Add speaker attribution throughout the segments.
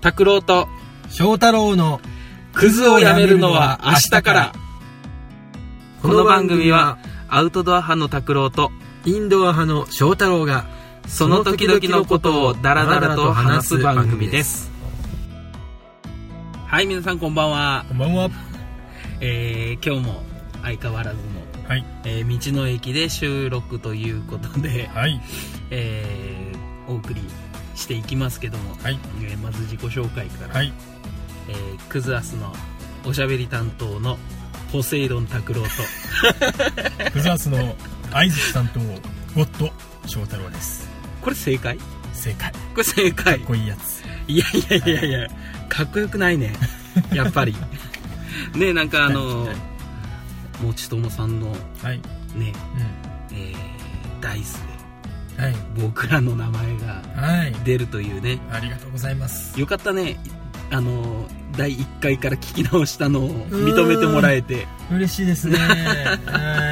Speaker 1: 拓郎と
Speaker 2: 翔太郎の
Speaker 1: クズをやめるのは明日からこの番組はアウトドア派の拓郎と
Speaker 2: インドア派の翔太郎が
Speaker 1: その時々のことをダラダラと話す番組ですはい皆さんこんばんは、
Speaker 2: こんばんは
Speaker 1: えー、今日も相変わらずの、
Speaker 2: はい
Speaker 1: えー道の駅で収録ということで、
Speaker 2: はい
Speaker 1: えー、お送りしていきますけども、
Speaker 2: はい
Speaker 1: えーまず自己紹介から
Speaker 2: はい
Speaker 1: えークズアスのおしゃべり担当のポセイドン拓郎と
Speaker 2: クザースの相槌担当ゴッド翔太郎です
Speaker 1: これ正解こ
Speaker 2: 正解か
Speaker 1: れ正解
Speaker 2: っこいいやつ
Speaker 1: いやいやいやいやかっこよくないねやっぱ りねなんかあの
Speaker 2: はい
Speaker 1: 持ち友さんの
Speaker 2: はい
Speaker 1: ね、
Speaker 2: う
Speaker 1: えーダイス
Speaker 2: んはい
Speaker 1: で僕らの名前が
Speaker 2: はい
Speaker 1: 出るというね
Speaker 2: ありがとうございます
Speaker 1: よかったねあの第1回から聞き直したのを認めてもらえて
Speaker 2: 嬉し いですねは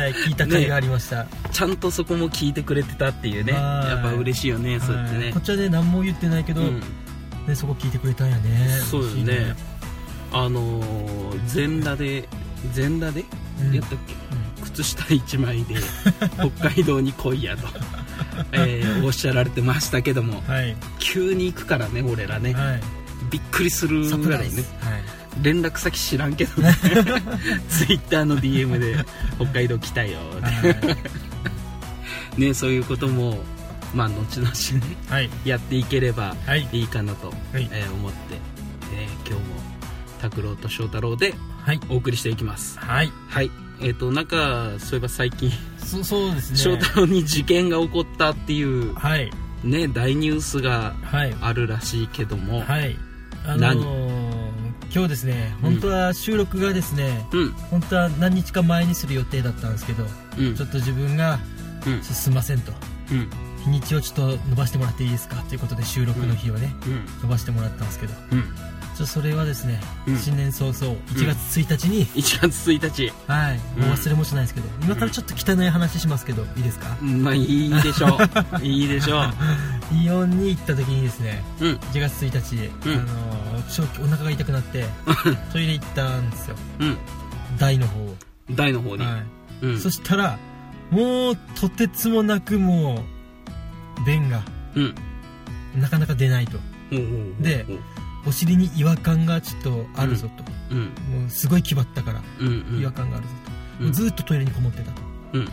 Speaker 2: い聞いた甲斐がありました、
Speaker 1: ちゃんとそこも聞いてくれてたっていうね
Speaker 2: はい
Speaker 1: やっぱ嬉しいよねそうやって
Speaker 2: はい
Speaker 1: ね
Speaker 2: こっちはね何も言ってないけど、
Speaker 1: うん
Speaker 2: ね、そこ聞いてくれたんやね
Speaker 1: そうですね
Speaker 2: 嬉しい
Speaker 1: あのー全裸で全裸で、
Speaker 2: うん
Speaker 1: やったっけ靴下1枚 で北海道に来いやと、えーおっしゃられてましたけども
Speaker 2: うんはい
Speaker 1: 急に行くからね俺らね、
Speaker 2: はい
Speaker 1: びっくりする
Speaker 2: サプ
Speaker 1: ぐら
Speaker 2: ライ
Speaker 1: い
Speaker 2: ズ、
Speaker 1: ね
Speaker 2: はい
Speaker 1: 連絡先知らんけど ねツイッターの DM で「北海道来たよ」ねそういうこともまあ後 々ね
Speaker 2: はい
Speaker 1: やっていければ
Speaker 2: はい
Speaker 1: いいかなと、
Speaker 2: はい
Speaker 1: えー思って、えー今日も拓郎と翔太郎で
Speaker 2: はい
Speaker 1: お送りしていきます
Speaker 2: はい
Speaker 1: はいえっ、となんかそういえば最近、
Speaker 2: そそうですね
Speaker 1: 翔太郎に事件が起こったっていう
Speaker 2: はい
Speaker 1: ね大ニュースが
Speaker 2: はい
Speaker 1: あるらしいけども、
Speaker 2: はいあのー、今日ですね本当は収録がですね、
Speaker 1: うん
Speaker 2: 本当は何日か前にする予定だったんですけど
Speaker 1: うん
Speaker 2: ちょっと自分が
Speaker 1: うん
Speaker 2: ちょすいませんと
Speaker 1: うん
Speaker 2: 日にちをちょっと伸ばしてもらっていいですかということで収録の日をね、
Speaker 1: うん
Speaker 2: 伸ばしてもらったんですけどち
Speaker 1: う
Speaker 2: ょ
Speaker 1: ん
Speaker 2: っとそれはですね、
Speaker 1: うん
Speaker 2: 新年早々1月1日に、
Speaker 1: 1月1日
Speaker 2: はい、
Speaker 1: うん
Speaker 2: もう忘れもしないですけど、今からちょっと汚い話しますけどいいですか
Speaker 1: まあいいでしょういいでしょ
Speaker 2: イオンに行った時にですね
Speaker 1: ううん
Speaker 2: 1月1日、
Speaker 1: うん
Speaker 2: あのーちょっとお腹が痛くなってトイレ行ったんですよ
Speaker 1: う
Speaker 2: 台の方を、
Speaker 1: ん台の方に、
Speaker 2: は
Speaker 1: う
Speaker 2: い
Speaker 1: ん
Speaker 2: そしたらもうとてつもなくもう便が
Speaker 1: うん
Speaker 2: なかなか出ないと
Speaker 1: ほうほうほうほう
Speaker 2: でお尻に違和感がちょっとあるぞと、
Speaker 1: うん
Speaker 2: もうすごい気張ったから
Speaker 1: うんうん
Speaker 2: 違和感があるぞと、
Speaker 1: うん
Speaker 2: ずーっとトイレにこもってたと
Speaker 1: うん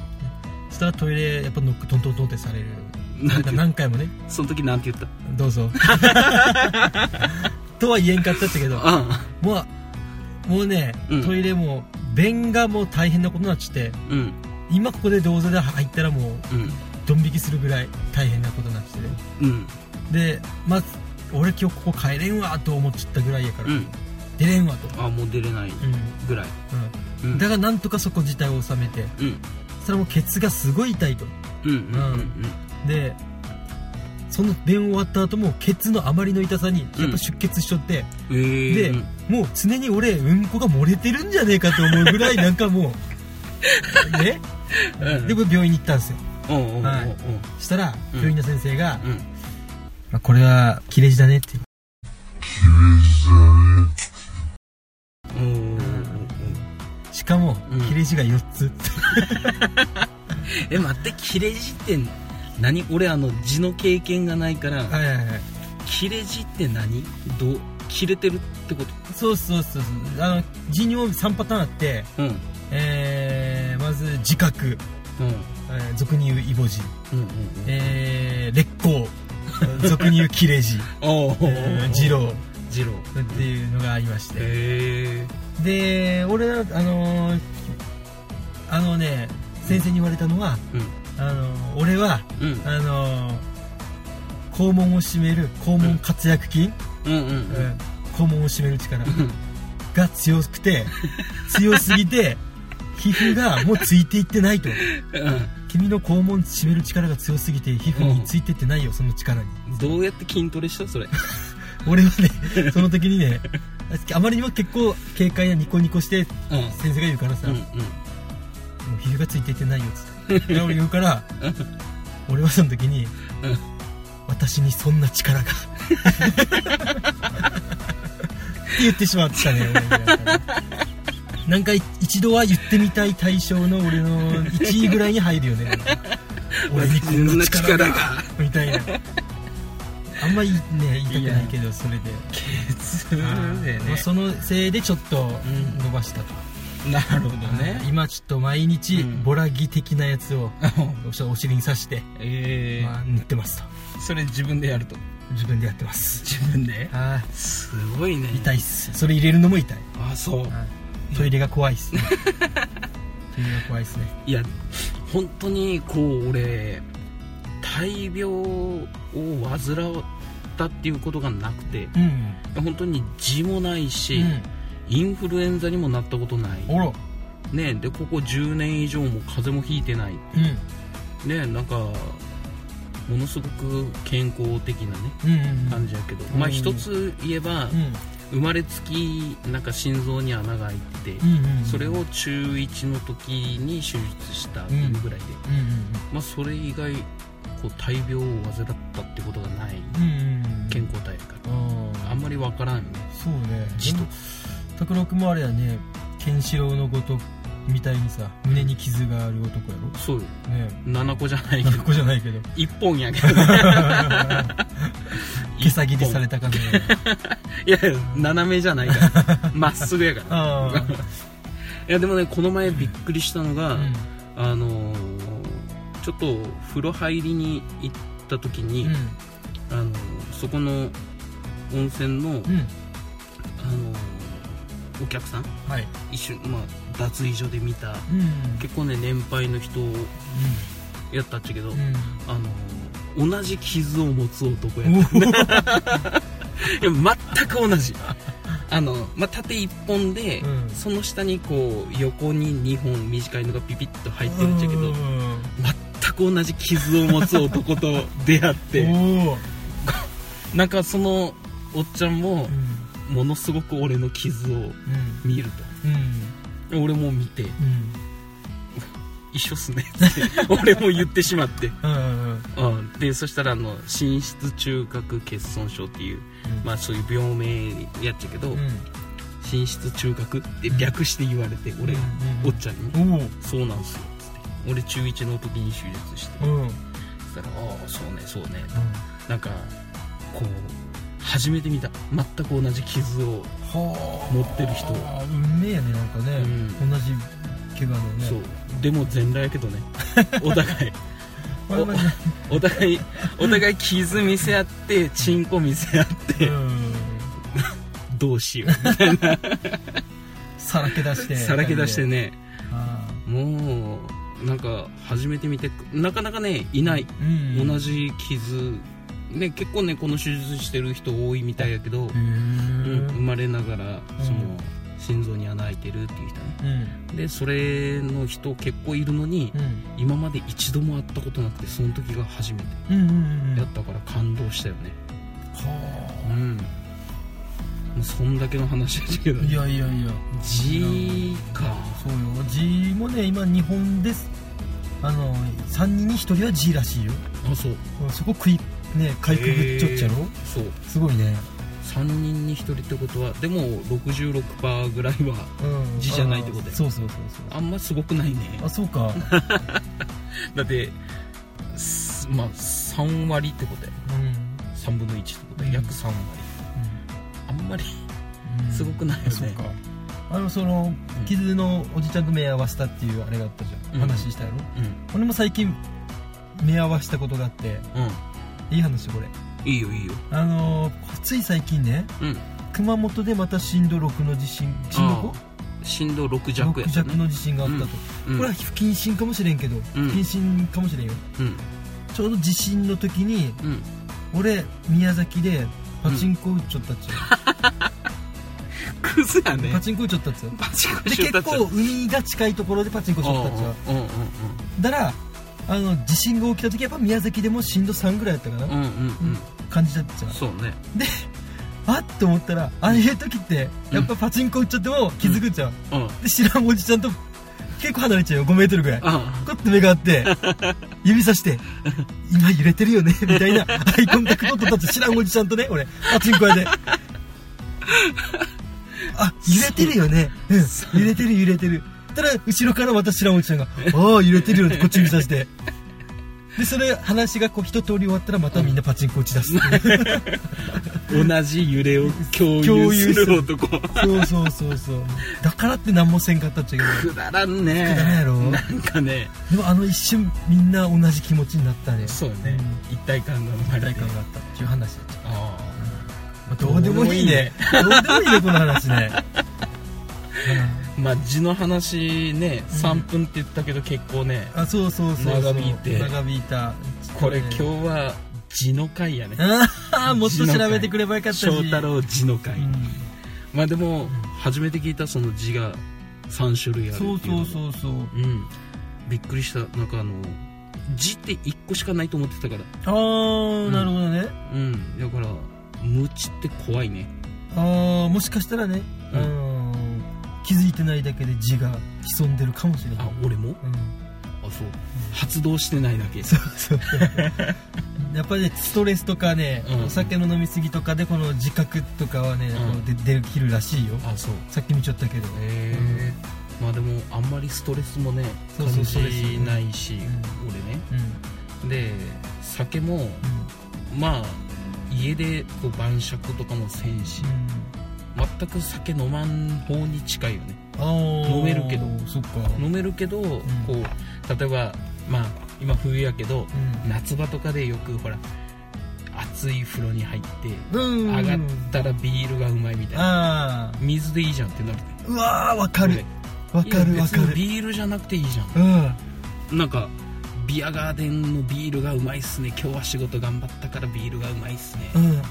Speaker 2: そしたらトイレやっぱノックトントントンってされる
Speaker 1: な
Speaker 2: なんん
Speaker 1: て
Speaker 2: か何回もね
Speaker 1: その時なんて言った
Speaker 2: ど うぞとは言えんかったったけど
Speaker 1: あ
Speaker 2: もうもうね、
Speaker 1: うん
Speaker 2: トイレも便がもう大変なことになっちゃって
Speaker 1: あうん
Speaker 2: 今ここで銅座で入ったらもう
Speaker 1: うん
Speaker 2: ドン引きするぐらい大変なことになっちゃってね
Speaker 1: うん
Speaker 2: でまず俺今日ここ帰れんわと思っちゃったぐらいやから、
Speaker 1: うん
Speaker 2: 出れんわと、
Speaker 1: あもう出れない
Speaker 2: うん
Speaker 1: ぐらい
Speaker 2: うんだがなんとかそこ自体を収めて
Speaker 1: うん
Speaker 2: それもケツがすごい痛いと
Speaker 1: うんうんうん
Speaker 2: でその便終わった後もケツのあまりの痛さにやっぱ出血しちゃって、
Speaker 1: うんええ
Speaker 2: で、もう常に俺うんこが漏れてるんじゃねえかと思うぐらいなんかもう ね
Speaker 1: うん
Speaker 2: で僕病院に行ったんですよ
Speaker 1: おうおうおうおう
Speaker 2: はいそしたら
Speaker 1: うん
Speaker 2: 病院の先生が
Speaker 1: うん
Speaker 2: 「まあ、これは切れ字だね」って
Speaker 1: おうおうおうおう
Speaker 2: しかも
Speaker 1: うん
Speaker 2: 切れ字が4つ
Speaker 1: え待って切れ字って何俺あの字の経験がないから
Speaker 2: はいはいはい
Speaker 1: 切れ字って何どう切れてるってこ
Speaker 2: そうそうそうそうあの字にも3パターンあって、
Speaker 1: とうんうん
Speaker 2: えー、まず自覚、えー俗に言うイボ字、
Speaker 1: うんうんうん
Speaker 2: えー、劣 行俗に言う切れ字、
Speaker 1: おうおうおうおう
Speaker 2: えー、二郎
Speaker 1: 二郎
Speaker 2: っていうのがありまして
Speaker 1: へえ
Speaker 2: で俺らあのーあのね先生に言われたのは、あのー俺は
Speaker 1: うんうん
Speaker 2: あのー肛門を締める肛門活躍筋、
Speaker 1: うんう
Speaker 2: うんん肛門を締める力
Speaker 1: うん
Speaker 2: が強くて強すぎて 皮膚がもうついていってないと
Speaker 1: うん
Speaker 2: 君の肛門締める力が強すぎて皮膚についていってないよその力に
Speaker 1: どうやって筋トレしたそれ
Speaker 2: 俺はねその時にねあまりにも結構軽快なニコニコして
Speaker 1: うん
Speaker 2: 先生が言うからさ、
Speaker 1: うん
Speaker 2: もう皮膚がついていてないよっつってで俺言うから俺はその時に
Speaker 1: うん
Speaker 2: 私にそんな力が言ってしまったね俺の中でなんか一度は言ってみたい対象の俺の1位ぐらいに入るよねなんか俺にこんな力が
Speaker 1: こんな力が
Speaker 2: みたいなあんまりね言いたくないけどそれで
Speaker 1: ケツでね
Speaker 2: まあそのせいでちょっと
Speaker 1: ん
Speaker 2: 伸ばしたと、
Speaker 1: なるほどね
Speaker 2: 今ちょっと毎日、
Speaker 1: うん
Speaker 2: ボラギ的なやつをちょっとお尻に刺して、
Speaker 1: ええ
Speaker 2: まあ、塗ってますと
Speaker 1: それ自分でやると
Speaker 2: 自分でやってます
Speaker 1: 自分で
Speaker 2: あ
Speaker 1: すごいね
Speaker 2: ー痛いっすそれ入れるのも痛い
Speaker 1: あそう
Speaker 2: トイレが怖いっすねトイレが怖いっすね
Speaker 1: いや本当にこう俺大病を患ったっていうことがなくて
Speaker 2: うん
Speaker 1: 本当に痔もないし、インフルエンザにもなったことない
Speaker 2: うん、おろ
Speaker 1: ねでここ10年以上も風邪もひいてない
Speaker 2: うん
Speaker 1: ねなんかものすごく健康的なね
Speaker 2: うんうん
Speaker 1: 感じやけど、
Speaker 2: ん
Speaker 1: まあ一つ言えば、
Speaker 2: うん
Speaker 1: 生まれつきなんか心臓に穴が開いてて、
Speaker 2: うんうんうん
Speaker 1: それを中1の時に手術したっていうぐらいで、
Speaker 2: うん
Speaker 1: まあそれ以外こう大病を患ったってことがない
Speaker 2: うんうんうん
Speaker 1: 健康体やか
Speaker 2: あ
Speaker 1: ら
Speaker 2: ー
Speaker 1: あんまりわからんよね
Speaker 2: そうね
Speaker 1: じと
Speaker 2: でも拓郎君もあれやねケンシロウのごとくみたいにさ胸に傷がある男や
Speaker 1: そうよ
Speaker 2: ろね
Speaker 1: 7個じゃないけ
Speaker 2: 泣
Speaker 1: ど
Speaker 2: く子じゃないけど
Speaker 1: 1本やけ どね
Speaker 2: 毛先でされたかのようない
Speaker 1: や斜めじゃない からまっすぐやから
Speaker 2: あ
Speaker 1: いやでもねこの前びっくりしたのが、
Speaker 2: あうん
Speaker 1: あのーちょっと風呂入りに行った時に、
Speaker 2: うん
Speaker 1: あのーそこの温泉の、
Speaker 2: う
Speaker 1: あ
Speaker 2: ん
Speaker 1: のーお客さん
Speaker 2: はい
Speaker 1: 一瞬、まあ、脱衣所で見た
Speaker 2: うん
Speaker 1: 結構ね年配の人やったっちゃけど、
Speaker 2: うん
Speaker 1: あのー同じ傷を持つ男や
Speaker 2: うん
Speaker 1: っ
Speaker 2: おー
Speaker 1: たいや全く同 じあの、まあ、縦1本で、
Speaker 2: うん
Speaker 1: その下にこう横に2本短いのがピピッと入ってるっちゃけど、
Speaker 2: うん
Speaker 1: 全く同じ傷を持つ男と出会って
Speaker 2: おー
Speaker 1: なんかそのおっちゃんも
Speaker 2: うん
Speaker 1: ものすごく俺の傷を
Speaker 2: うん
Speaker 1: 見る
Speaker 2: うん
Speaker 1: と俺も見て
Speaker 2: うん
Speaker 1: 一緒っすねって 俺も言ってしまって、
Speaker 2: うんうん
Speaker 1: うん、でそしたらあの心室中隔欠損症っていう、まあ、そういう病名やっちゃけど、
Speaker 2: うん
Speaker 1: 心室中隔って略して言われて俺が、
Speaker 2: うん
Speaker 1: おっちゃんに
Speaker 2: おー
Speaker 1: 「そうなんすよ」っつって俺中1の時に手術して
Speaker 2: うんうん
Speaker 1: そしたら「ああそうねそうね」なんかこう初めて見た全く同じ傷を
Speaker 2: は
Speaker 1: 持ってる人
Speaker 2: あ運命やねなんかね
Speaker 1: う
Speaker 2: 同じ怪我のね
Speaker 1: そうでも全裸やけど ねお互い
Speaker 2: これまでね
Speaker 1: お互いお互い傷見せ合ってチンコ見せ合って
Speaker 2: うん
Speaker 1: どうしよ
Speaker 2: さらけ出して
Speaker 1: うさらけ出してね
Speaker 2: あ
Speaker 1: もうなんか初めて見てなかなかねいない
Speaker 2: ーうん
Speaker 1: 同じ傷ね結構ねこの手術してる人多いみたいやけど
Speaker 2: へ、
Speaker 1: うん
Speaker 2: ー
Speaker 1: 生まれながら
Speaker 2: うん
Speaker 1: その心臓に穴開いてるっていう人ね
Speaker 2: うん
Speaker 1: でそれの人結構いるのに、
Speaker 2: うん
Speaker 1: 今まで一度も会ったことなくてその時が初めて
Speaker 2: うんうんうんうん
Speaker 1: やったから感動したよね
Speaker 2: は
Speaker 1: うんもうそんだけの話だけど
Speaker 2: あいやいやいや
Speaker 1: G か
Speaker 2: そうよ G もね今日本ですあの3人に1人は G らしいよ
Speaker 1: あそう
Speaker 2: そこ食いねかいくぐっちょっちゃろ、
Speaker 1: そう
Speaker 2: すごいね
Speaker 1: 3人に1人ってことはでも66%ぐらいは
Speaker 2: うん
Speaker 1: G じゃないってことや
Speaker 2: あーそうそうそうそう
Speaker 1: あんますごくないね
Speaker 2: あそうか
Speaker 1: だってすまあ3割ってことや
Speaker 2: うん、
Speaker 1: 3分の1ってことや、
Speaker 2: うん
Speaker 1: 約3割あんまり
Speaker 2: うん
Speaker 1: すごくないよね
Speaker 2: あそうかあのその
Speaker 1: うん
Speaker 2: 傷のおじちゃんと目合わせたっていうあれがあったじゃん、
Speaker 1: うん
Speaker 2: 話したやろ
Speaker 1: うん
Speaker 2: 俺も最近目合わせたことがあって
Speaker 1: う
Speaker 2: いい話これ
Speaker 1: んいいよいいよ
Speaker 2: あのーつい最近ね
Speaker 1: うん
Speaker 2: 熊本でまた震度6の地震震度 5?
Speaker 1: 震度6弱や
Speaker 2: 6
Speaker 1: った
Speaker 2: 弱
Speaker 1: ね
Speaker 2: の地震があったと、
Speaker 1: うん
Speaker 2: これは不謹慎かもしれんけど、
Speaker 1: うん
Speaker 2: 不謹慎かもしれんよ
Speaker 1: うん
Speaker 2: ちょうど地震の時に
Speaker 1: うん
Speaker 2: 俺宮崎でパチンコ打っちゃったっちゃ、
Speaker 1: クズやね
Speaker 2: パチンコ打っちゃったっちゃ
Speaker 1: パチンコ
Speaker 2: で
Speaker 1: しよう
Speaker 2: 結
Speaker 1: とした
Speaker 2: 構海が近いところでパチンコしよったっちゃ
Speaker 1: うんうん
Speaker 2: だからあの地震が起きた時やっぱ宮崎でも震度3ぐらいやったかな、
Speaker 1: うんうんうんうん
Speaker 2: 感じたっちゃ
Speaker 1: そうね
Speaker 2: であっと思ったらああいう時ってやっぱパチンコ打っちゃっても気づくっちゃう、
Speaker 1: うん
Speaker 2: で知らんおじちゃんと結構離れちゃうよ5メートルぐらい
Speaker 1: あ
Speaker 2: こうやって目が合って、指さして、今揺れてるよね、みたいな、アイコンタクト取ったって知らんおじちゃんとね、俺、パチンコ屋で。あ揺れてるよねうん揺れてる揺れてるたら後ろから私らのおじさんが「ああ揺れてるよ」ってこっち見させてでそれ話がこう一通り終わったらまたみんなパチンコ打ち出すっていう
Speaker 1: 同じ揺れを共
Speaker 2: 共
Speaker 1: 有す
Speaker 2: 有する
Speaker 1: る男
Speaker 2: そうそうそうそうだからって何もせんかったっちゃけど
Speaker 1: くだらんね
Speaker 2: くだらんやろ
Speaker 1: なんかね
Speaker 2: でもあの一瞬みんな同じ気持ちになったね
Speaker 1: そうね、一体感が生まれ
Speaker 2: 一体
Speaker 1: て
Speaker 2: 感があったっていう話だ
Speaker 1: あ
Speaker 2: まあどうでもいいねどうでもいいねこの話ね
Speaker 1: あまあ字の話ね
Speaker 2: うん
Speaker 1: 3分って言ったけど結構ね、
Speaker 2: あそうそうそうそう
Speaker 1: 長引いて
Speaker 2: 長引いた
Speaker 1: これ今日は字の回やね
Speaker 2: ああもっと調べてくればよかったし
Speaker 1: 翔太郎字の回、
Speaker 2: うん
Speaker 1: まあでも初めて聞いたその字が3種類あるってい
Speaker 2: そううそう
Speaker 1: う
Speaker 2: そうそう
Speaker 1: うんびっくりしたなんかあの字って1個しかないと思ってたから
Speaker 2: ああなるほどね
Speaker 1: うんだから無知って怖いね
Speaker 2: ああもしかしたらね
Speaker 1: う
Speaker 2: うん気づいてないだけで字が潜んでるかもしれない
Speaker 1: あ俺も
Speaker 2: うん
Speaker 1: あそう発動してないだけ
Speaker 2: そうそう やっぱりねストレスとかね
Speaker 1: うん
Speaker 2: お酒の飲み過ぎとかでこの自覚とかはね
Speaker 1: ん
Speaker 2: こうで出るきるらしいよ
Speaker 1: あそう
Speaker 2: さっき見ちゃったけどね
Speaker 1: へえまあでもあんまりストレスもね
Speaker 2: そう
Speaker 1: 感
Speaker 2: そうストレス
Speaker 1: じないし、
Speaker 2: う
Speaker 1: 俺ね
Speaker 2: うん
Speaker 1: で酒も
Speaker 2: う
Speaker 1: まあ家でこう晩酌とかもせんし
Speaker 2: ん
Speaker 1: 全く酒飲まん方に近いよね
Speaker 2: うんあー
Speaker 1: 飲めるけど
Speaker 2: そっか
Speaker 1: 飲めるけど、こう例えばまあ今冬やけど夏場とかでよくほら熱い風呂に入って
Speaker 2: うん
Speaker 1: 上がったらビールがうまいみたいな
Speaker 2: ああ
Speaker 1: 水でいいじゃんってなるね
Speaker 2: うわーわかる
Speaker 1: ね
Speaker 2: わか
Speaker 1: い
Speaker 2: る
Speaker 1: や
Speaker 2: わ
Speaker 1: 別
Speaker 2: か
Speaker 1: に
Speaker 2: る
Speaker 1: ビールじゃなくていいじゃん
Speaker 2: うん
Speaker 1: なんかビアガーデンのビールがうまいっすね今日は仕事頑張ったからビールがうまいっすね
Speaker 2: うん
Speaker 1: いや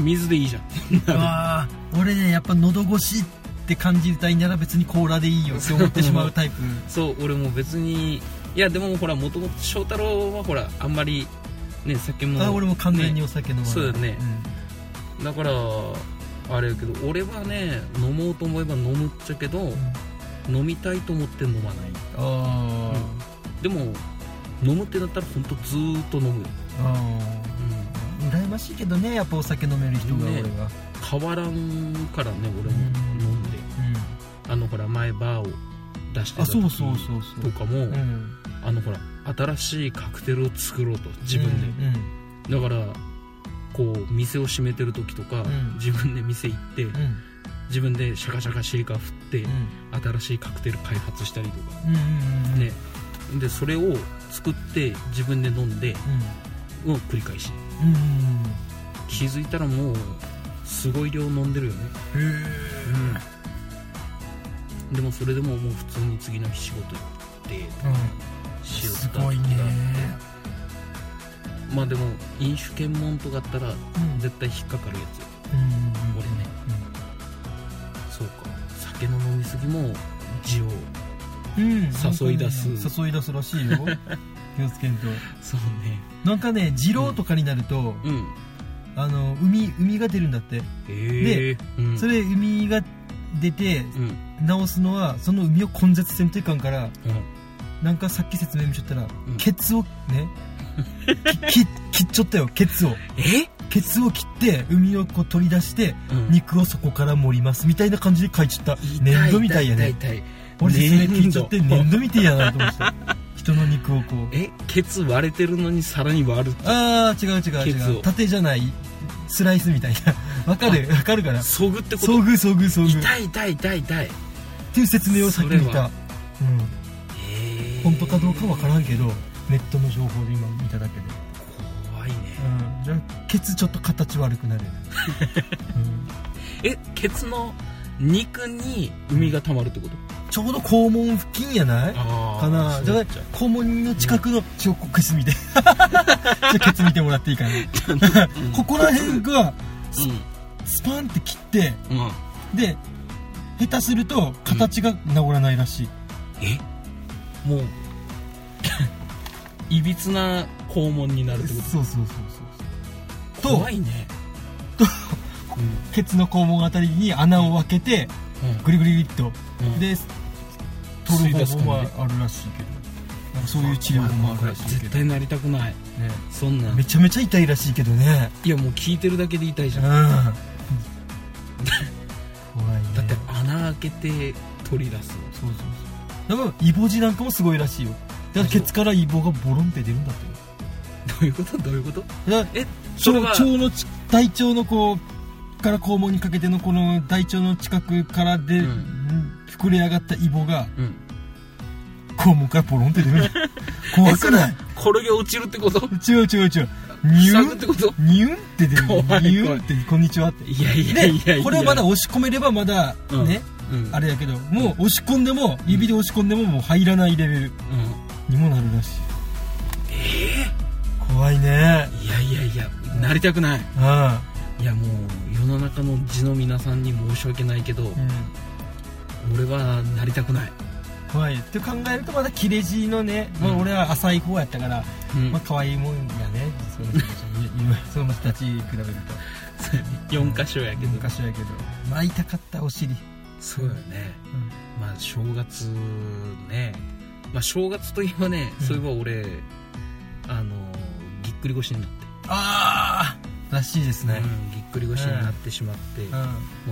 Speaker 1: 水でいいじゃん
Speaker 2: あー俺ねやっぱ喉越しって感じたいなら別にコーラでいいよって思ってしま うタイプ
Speaker 1: そう俺も別にいやでもほらもともと翔太郎はほらあんまりね酒も
Speaker 2: あ俺も完全に
Speaker 1: ね
Speaker 2: お酒飲まない、
Speaker 1: そうだねだからあれやけど俺はね飲もうと思えば飲むっちゃけど、
Speaker 2: うん、うん
Speaker 1: 飲みたいと思って飲まない
Speaker 2: あー、
Speaker 1: でも飲むってなったら本当ずーっと飲むよ、
Speaker 2: あ
Speaker 1: うん、
Speaker 2: ー羨ましいけどねやっぱお酒飲める人が俺は、
Speaker 1: ね変わらんからね俺も飲んで
Speaker 2: う
Speaker 1: あのほら前バーを出して
Speaker 2: ん、
Speaker 1: た
Speaker 2: あそうそうそうそう
Speaker 1: とかも、
Speaker 2: うん
Speaker 1: あのほら新しいカクテルを作ろうと自分で、
Speaker 2: うん
Speaker 1: だからこう店を閉めてる時とか、
Speaker 2: ん
Speaker 1: 自分で店行って自分でシャカシャカシェイカー振って、
Speaker 2: うん
Speaker 1: 新しいカクテル開発したりとか、
Speaker 2: うんうんうんうん
Speaker 1: ねでそれを作って自分で飲んでを繰り返し
Speaker 2: うんうんうん
Speaker 1: 気づいたらもうすごい量飲んでるよね、
Speaker 2: うんへ
Speaker 1: でもそれでももう普通に次の日仕事行って
Speaker 2: え、うん
Speaker 1: しよ
Speaker 2: す
Speaker 1: うとか
Speaker 2: ごいね
Speaker 1: まあでも飲酒検問とかあったら
Speaker 2: うん
Speaker 1: 絶対引っかかるやつよ
Speaker 2: うんうん
Speaker 1: 俺ねそうか酒の飲み過ぎも字を
Speaker 2: うんうん
Speaker 1: 誘い出す
Speaker 2: 本当にね誘い出すらしいよ気をつけんと
Speaker 1: そうね
Speaker 2: なんかね二郎とかになると、
Speaker 1: うん
Speaker 2: あの海海が出るんだって、
Speaker 1: へえうん
Speaker 2: それ海が出て
Speaker 1: うん
Speaker 2: 直すのはその海を根絶せんといかんから
Speaker 1: うん
Speaker 2: なんかさっき説明見ちゃったら、
Speaker 1: ん
Speaker 2: ケツをねきき切っちゃったよケツを
Speaker 1: え
Speaker 2: ケツを切って海をこう取り出して
Speaker 1: うん
Speaker 2: 肉をそこから盛りますみたいな感じで書いちゃった
Speaker 1: 痛
Speaker 2: 粘土みたいやね
Speaker 1: 痛い痛い
Speaker 2: 俺説明聞いちゃって
Speaker 1: 粘土
Speaker 2: 粘土みたいやなと思ってた人の肉を こう
Speaker 1: えケツ割れてるのにさらに割る
Speaker 2: ああ違う違う
Speaker 1: ケツ
Speaker 2: 違う
Speaker 1: を
Speaker 2: 縦じゃないスライスみたいな わかるわかるかな
Speaker 1: そぐってこ
Speaker 2: 遭
Speaker 1: と
Speaker 2: 遇遭遇遭遇
Speaker 1: 痛い痛い痛い痛いへ
Speaker 2: っていう説明をさっき見
Speaker 1: それ
Speaker 2: た
Speaker 1: は
Speaker 2: うん
Speaker 1: え
Speaker 2: 本当かどうかわからんけどネットの情報で今見ただけで
Speaker 1: 怖いね
Speaker 2: うんじゃあケツちょっと形悪く なる、うん
Speaker 1: えケツの肉に海が溜まるってこと
Speaker 2: ちょうど肛門付近やない
Speaker 1: あ
Speaker 2: かなじゃあ肛門の近くの ちょこケツ見てじゃあケツ見てもらっていいかなここら辺がスパンって切って
Speaker 1: うんうん
Speaker 2: で下手すると形が治らないらしい、
Speaker 1: えもう いびつな肛門になるってこ
Speaker 2: そうそうそうそ
Speaker 1: と
Speaker 2: うそう
Speaker 1: 怖
Speaker 2: と
Speaker 1: いね
Speaker 2: ケツの肛門あたりに穴を開けて
Speaker 1: う
Speaker 2: ぐりぐりぐりっと
Speaker 1: んうん
Speaker 2: で取る方法はあるらしいけどなんかそういう治療法もあるらしいけ
Speaker 1: 絶
Speaker 2: ど、ね、
Speaker 1: 対なりたくないそんな
Speaker 2: めちゃめちゃ痛いらしいけどね
Speaker 1: いやもう聞いてるだけで痛いじ
Speaker 2: う
Speaker 1: ゃ
Speaker 2: ん
Speaker 1: ん
Speaker 2: 怖い
Speaker 1: けて取り出す
Speaker 2: そうそうそうだからイボ痔なんかもすごいらしいよだからケツからイボがボロンって出るんだってよ
Speaker 1: どういうことどういうこと
Speaker 2: だから
Speaker 1: えそ
Speaker 2: 腸
Speaker 1: れは
Speaker 2: 腸のち大腸のこうから肛門にかけてのこの大腸の近くからで、
Speaker 1: うん
Speaker 2: うん膨れ上がったイボが
Speaker 1: うん
Speaker 2: 肛門からポロンって出る 怖くない
Speaker 1: 転げ落ちるってこと
Speaker 2: 違う違う違うニ
Speaker 1: 塞
Speaker 2: ュ
Speaker 1: ぐ
Speaker 2: ン
Speaker 1: ってこと
Speaker 2: ニュンって出る
Speaker 1: 怖い怖い
Speaker 2: ニュンってこんにちはって
Speaker 1: いやいやいやい
Speaker 2: で
Speaker 1: や
Speaker 2: これをまだ押し込めればまだ
Speaker 1: うん
Speaker 2: ね、
Speaker 1: うん
Speaker 2: あれやけどもう押し込んでも指で押し込んでももう入らないレベル
Speaker 1: う
Speaker 2: にもなるらしいええ怖い
Speaker 1: ん
Speaker 2: ね
Speaker 1: いやいやいやなりたくない
Speaker 2: あ
Speaker 1: いやもう世の中の字の皆さんに申し訳ないけど
Speaker 2: あ、うん
Speaker 1: 俺はなりたくない、
Speaker 2: はい、って考えるとまだ切れ字のね、ま
Speaker 1: う
Speaker 2: あ、
Speaker 1: ん
Speaker 2: 俺は浅い方やったから、
Speaker 1: うん
Speaker 2: まあ可愛いもんやねその人たちに今その人たちに比べると
Speaker 1: 4箇所やけど
Speaker 2: 昔やけどまあ痛かったお尻、
Speaker 1: そうよね
Speaker 2: うん
Speaker 1: まあ正月ねまあ正月といえばね、
Speaker 2: うん
Speaker 1: そういえば俺あのぎっくり腰になって、
Speaker 2: ああらしいですね
Speaker 1: うんぎっくり腰になってしまって、
Speaker 2: うん
Speaker 1: も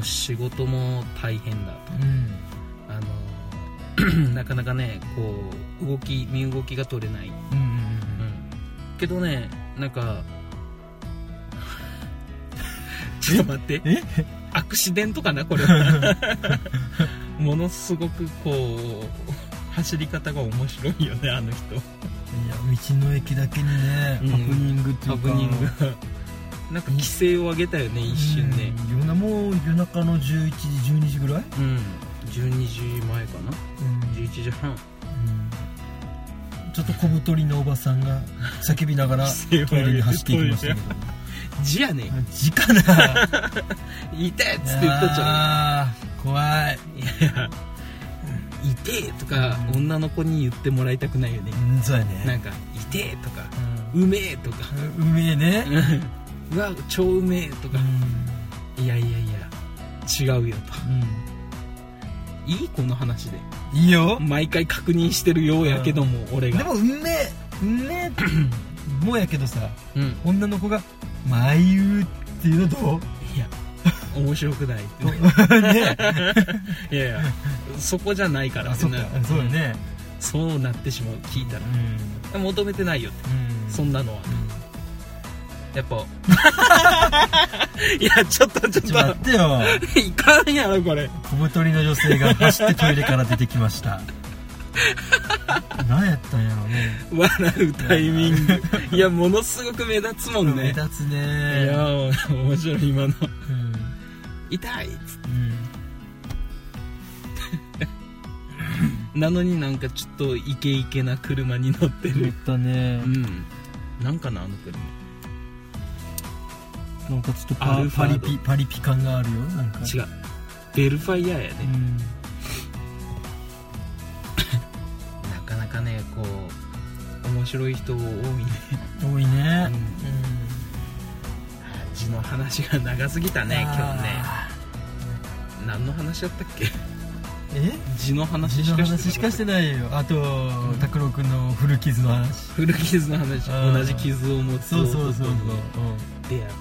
Speaker 1: う仕事も大変だと
Speaker 2: うん
Speaker 1: あの なかなかねこう動き身動きが取れない、
Speaker 2: うんうん
Speaker 1: けどねなんか ちょっと待って
Speaker 2: え
Speaker 1: アクシデントかな これはものすごくこう走り方が面白いよねあの人
Speaker 2: いや道の駅だけにね、
Speaker 1: うん
Speaker 2: ハプニングってい
Speaker 1: ハ
Speaker 2: う
Speaker 1: プ
Speaker 2: か
Speaker 1: ニングがなんか規制を上げたよね一瞬ね
Speaker 2: うん夜なもう夜中の11時12時ぐらい、
Speaker 1: うん、12時前かな11時半
Speaker 2: ちょっと小太りのおばさんが叫びながらト
Speaker 1: 規制を上げて
Speaker 2: イレに走っていきましたけど
Speaker 1: 字やね
Speaker 2: 字かなっ
Speaker 1: 痛えっつって言ったじゃん
Speaker 2: 怖い
Speaker 1: いや痛えとか
Speaker 2: うん
Speaker 1: 女の子に言ってもらいたくないよね
Speaker 2: うんそうや
Speaker 1: な
Speaker 2: ね
Speaker 1: んか痛えとか
Speaker 2: う
Speaker 1: うめえとか
Speaker 2: んうめえね
Speaker 1: うわ超うめえとかいやいやいや違うよと
Speaker 2: うん
Speaker 1: いいこの話で
Speaker 2: うんいいよ
Speaker 1: 毎回確認してるようやけども俺
Speaker 2: で
Speaker 1: が
Speaker 2: もうめえうめえ もうやけどさ
Speaker 1: うん
Speaker 2: 女の子が「まゆ」っていうのどう
Speaker 1: いや面白くないってね
Speaker 2: ね
Speaker 1: いやいやそこじゃないから
Speaker 2: あ
Speaker 1: って
Speaker 2: そっ
Speaker 1: な
Speaker 2: かそうだね
Speaker 1: そうなってしまう聞いた
Speaker 2: うん
Speaker 1: ら求めてないよってそ
Speaker 2: うん
Speaker 1: なのは
Speaker 2: うん
Speaker 1: やっぱ いやちょっとち
Speaker 2: ちょ
Speaker 1: ょ
Speaker 2: っと
Speaker 1: っ
Speaker 2: 待ってよ
Speaker 1: といかんやろこれ
Speaker 2: 小太りの女性が走ってトイレから出てきました何やったんやろうね
Speaker 1: 笑うタイミングいやものすごく目立つもん
Speaker 2: 目
Speaker 1: ね
Speaker 2: 立つ
Speaker 1: い
Speaker 2: ね
Speaker 1: や面白い今の
Speaker 2: うん
Speaker 1: 痛いっつっ
Speaker 2: うん
Speaker 1: てなのになんかちょっとイケイケな車に乗って
Speaker 2: 言
Speaker 1: る
Speaker 2: ったね
Speaker 1: うんなんかなあの車
Speaker 2: なんかちょっと
Speaker 1: ア
Speaker 2: パ
Speaker 1: ルフ
Speaker 2: パ
Speaker 1: ァー
Speaker 2: リ
Speaker 1: ド
Speaker 2: ピパリピ感があるよなんか
Speaker 1: 違うベルファイアやね
Speaker 2: う、ん
Speaker 1: なかなかねこう面白い人多いね
Speaker 2: 多いね
Speaker 1: うん字の話が長すぎたね今日ね何の話だったっけ
Speaker 2: 今日ね
Speaker 1: 字の
Speaker 2: え
Speaker 1: 話
Speaker 2: 私
Speaker 1: し
Speaker 2: の
Speaker 1: か
Speaker 2: 話しかしてないよあと拓郎君の古傷の話
Speaker 1: 古傷の話
Speaker 2: あー
Speaker 1: 同じ傷を持つ
Speaker 2: そうそうそうそう
Speaker 1: 男に
Speaker 2: う
Speaker 1: 出
Speaker 2: ん
Speaker 1: 会った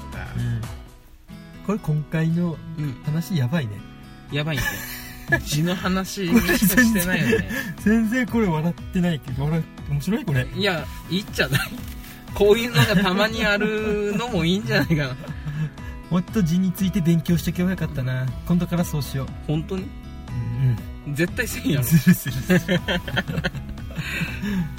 Speaker 2: これ今回の
Speaker 1: うん
Speaker 2: 話やばいね
Speaker 1: やばいね字の話しかしてないよね
Speaker 2: 全然これ笑ってないけど笑面白いこれ
Speaker 1: いやいいっちゃないこういうのがたまにあるのもいいんじゃないかな
Speaker 2: もっと字について勉強しておけばよかったな今度からそうしよう
Speaker 1: 本当に
Speaker 2: うん
Speaker 1: 絶対せん
Speaker 2: う
Speaker 1: やろ
Speaker 2: んするするする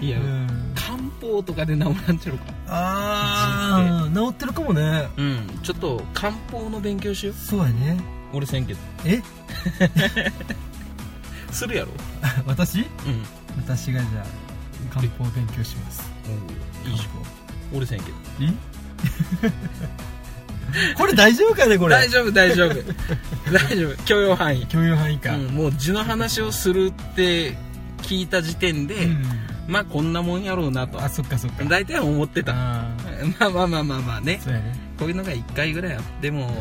Speaker 1: いや、
Speaker 2: うん
Speaker 1: 漢方とかで治らんちゃろか
Speaker 2: ああ治ってるかもね
Speaker 1: うんちょっと漢方の勉強しよう
Speaker 2: そうやね
Speaker 1: 俺せんけど
Speaker 2: え
Speaker 1: するやろ
Speaker 2: 私
Speaker 1: うん
Speaker 2: 私がじゃあ漢方勉強します
Speaker 1: いいじゃん俺せんけど
Speaker 2: え これ大丈夫かねこれ
Speaker 1: 大丈夫大丈 夫大丈夫許容範囲、
Speaker 2: 許容範囲か、
Speaker 1: うん、もう字の話をするって聞いた時点で、
Speaker 2: うん
Speaker 1: まあこんなもんやろうなと
Speaker 2: あそっかそっか
Speaker 1: 大体思ってた
Speaker 2: あ
Speaker 1: まあまあまあまあまあね
Speaker 2: ーそうやね
Speaker 1: こういうのが1回ぐらいあっても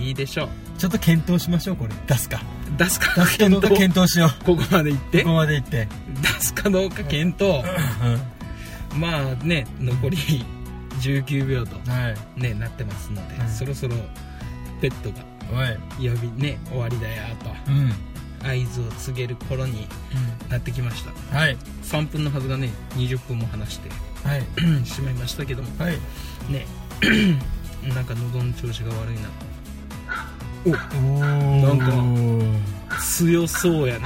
Speaker 1: いいでしょう
Speaker 2: ちょっと検討しましょうこれ出すか
Speaker 1: 出すか
Speaker 2: 出
Speaker 1: の
Speaker 2: すかどうか
Speaker 1: 検討
Speaker 2: 検討しよう
Speaker 1: ここまで行って
Speaker 2: ここまでいって
Speaker 1: 出すかどうか検討
Speaker 2: は
Speaker 1: まあね残り19秒と
Speaker 2: い
Speaker 1: ねなってますので、
Speaker 2: うん
Speaker 1: そろそろペットが
Speaker 2: おい
Speaker 1: 呼びね終わりだよと
Speaker 2: うん
Speaker 1: 合図を告げる頃になってきました
Speaker 2: はい
Speaker 1: 3分のはずがね20分も話して
Speaker 2: はい
Speaker 1: しまいましたけども
Speaker 2: はい
Speaker 1: ねなんか喉の調子が悪い
Speaker 2: お
Speaker 1: なんか
Speaker 2: うん
Speaker 1: な強そうやね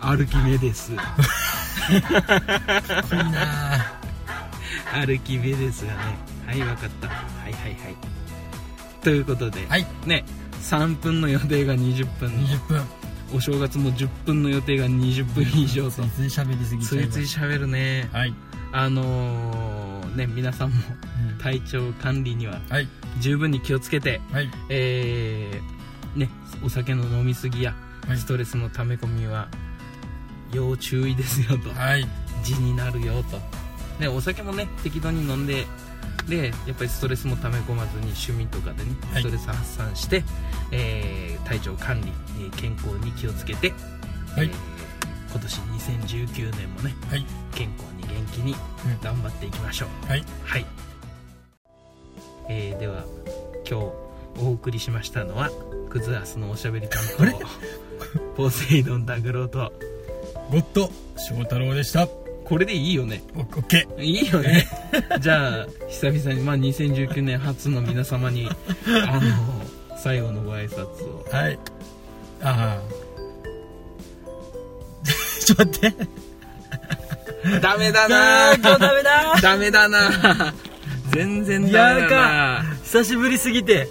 Speaker 1: 歩き目です
Speaker 2: かっこいいな
Speaker 1: 歩き目ですがねはいわかったはいはいはいということで、
Speaker 2: はい
Speaker 1: ね3分の予定が20分
Speaker 2: 20分
Speaker 1: お正月も10分の予定が20分以上と
Speaker 2: ついつい喋りすぎ
Speaker 1: つ
Speaker 2: ちゃい
Speaker 1: い
Speaker 2: ま
Speaker 1: つ
Speaker 2: す
Speaker 1: い喋るね
Speaker 2: はい、
Speaker 1: あのーね皆さんも
Speaker 2: うん
Speaker 1: 体調管理には
Speaker 2: はい
Speaker 1: 十分に気をつけて
Speaker 2: はい
Speaker 1: えーねお酒の飲みすぎや
Speaker 2: はい
Speaker 1: ストレスの溜め込みは要注意ですよと
Speaker 2: はい
Speaker 1: 字になるよとでお酒もね適度に飲んででやっぱりストレスも溜め込まずに趣味とかでね
Speaker 2: はい
Speaker 1: ストレス発散して、えー体調管理、えー健康に気をつけて、
Speaker 2: は
Speaker 1: え
Speaker 2: い
Speaker 1: ー今年2019年もね
Speaker 2: はい
Speaker 1: 健康に元気に
Speaker 2: うん
Speaker 1: 頑張っていきましょう
Speaker 2: はい
Speaker 1: はい、えーでは今日お送りしましたのはクズアスのおしゃべり担
Speaker 2: あれ
Speaker 1: 当ポセイドンダグローと
Speaker 2: ゴッド翔太郎でした
Speaker 1: これでいいよね
Speaker 2: オッケー
Speaker 1: いいよねじゃあ久々に、まあ、2019年初の皆様にあの最後のご挨拶を
Speaker 2: はいああ ちょっと待って
Speaker 1: ダメだ
Speaker 2: あー今日
Speaker 1: な
Speaker 2: ダメだ
Speaker 1: ダメだな全然ダメだな
Speaker 2: 久しぶりすぎて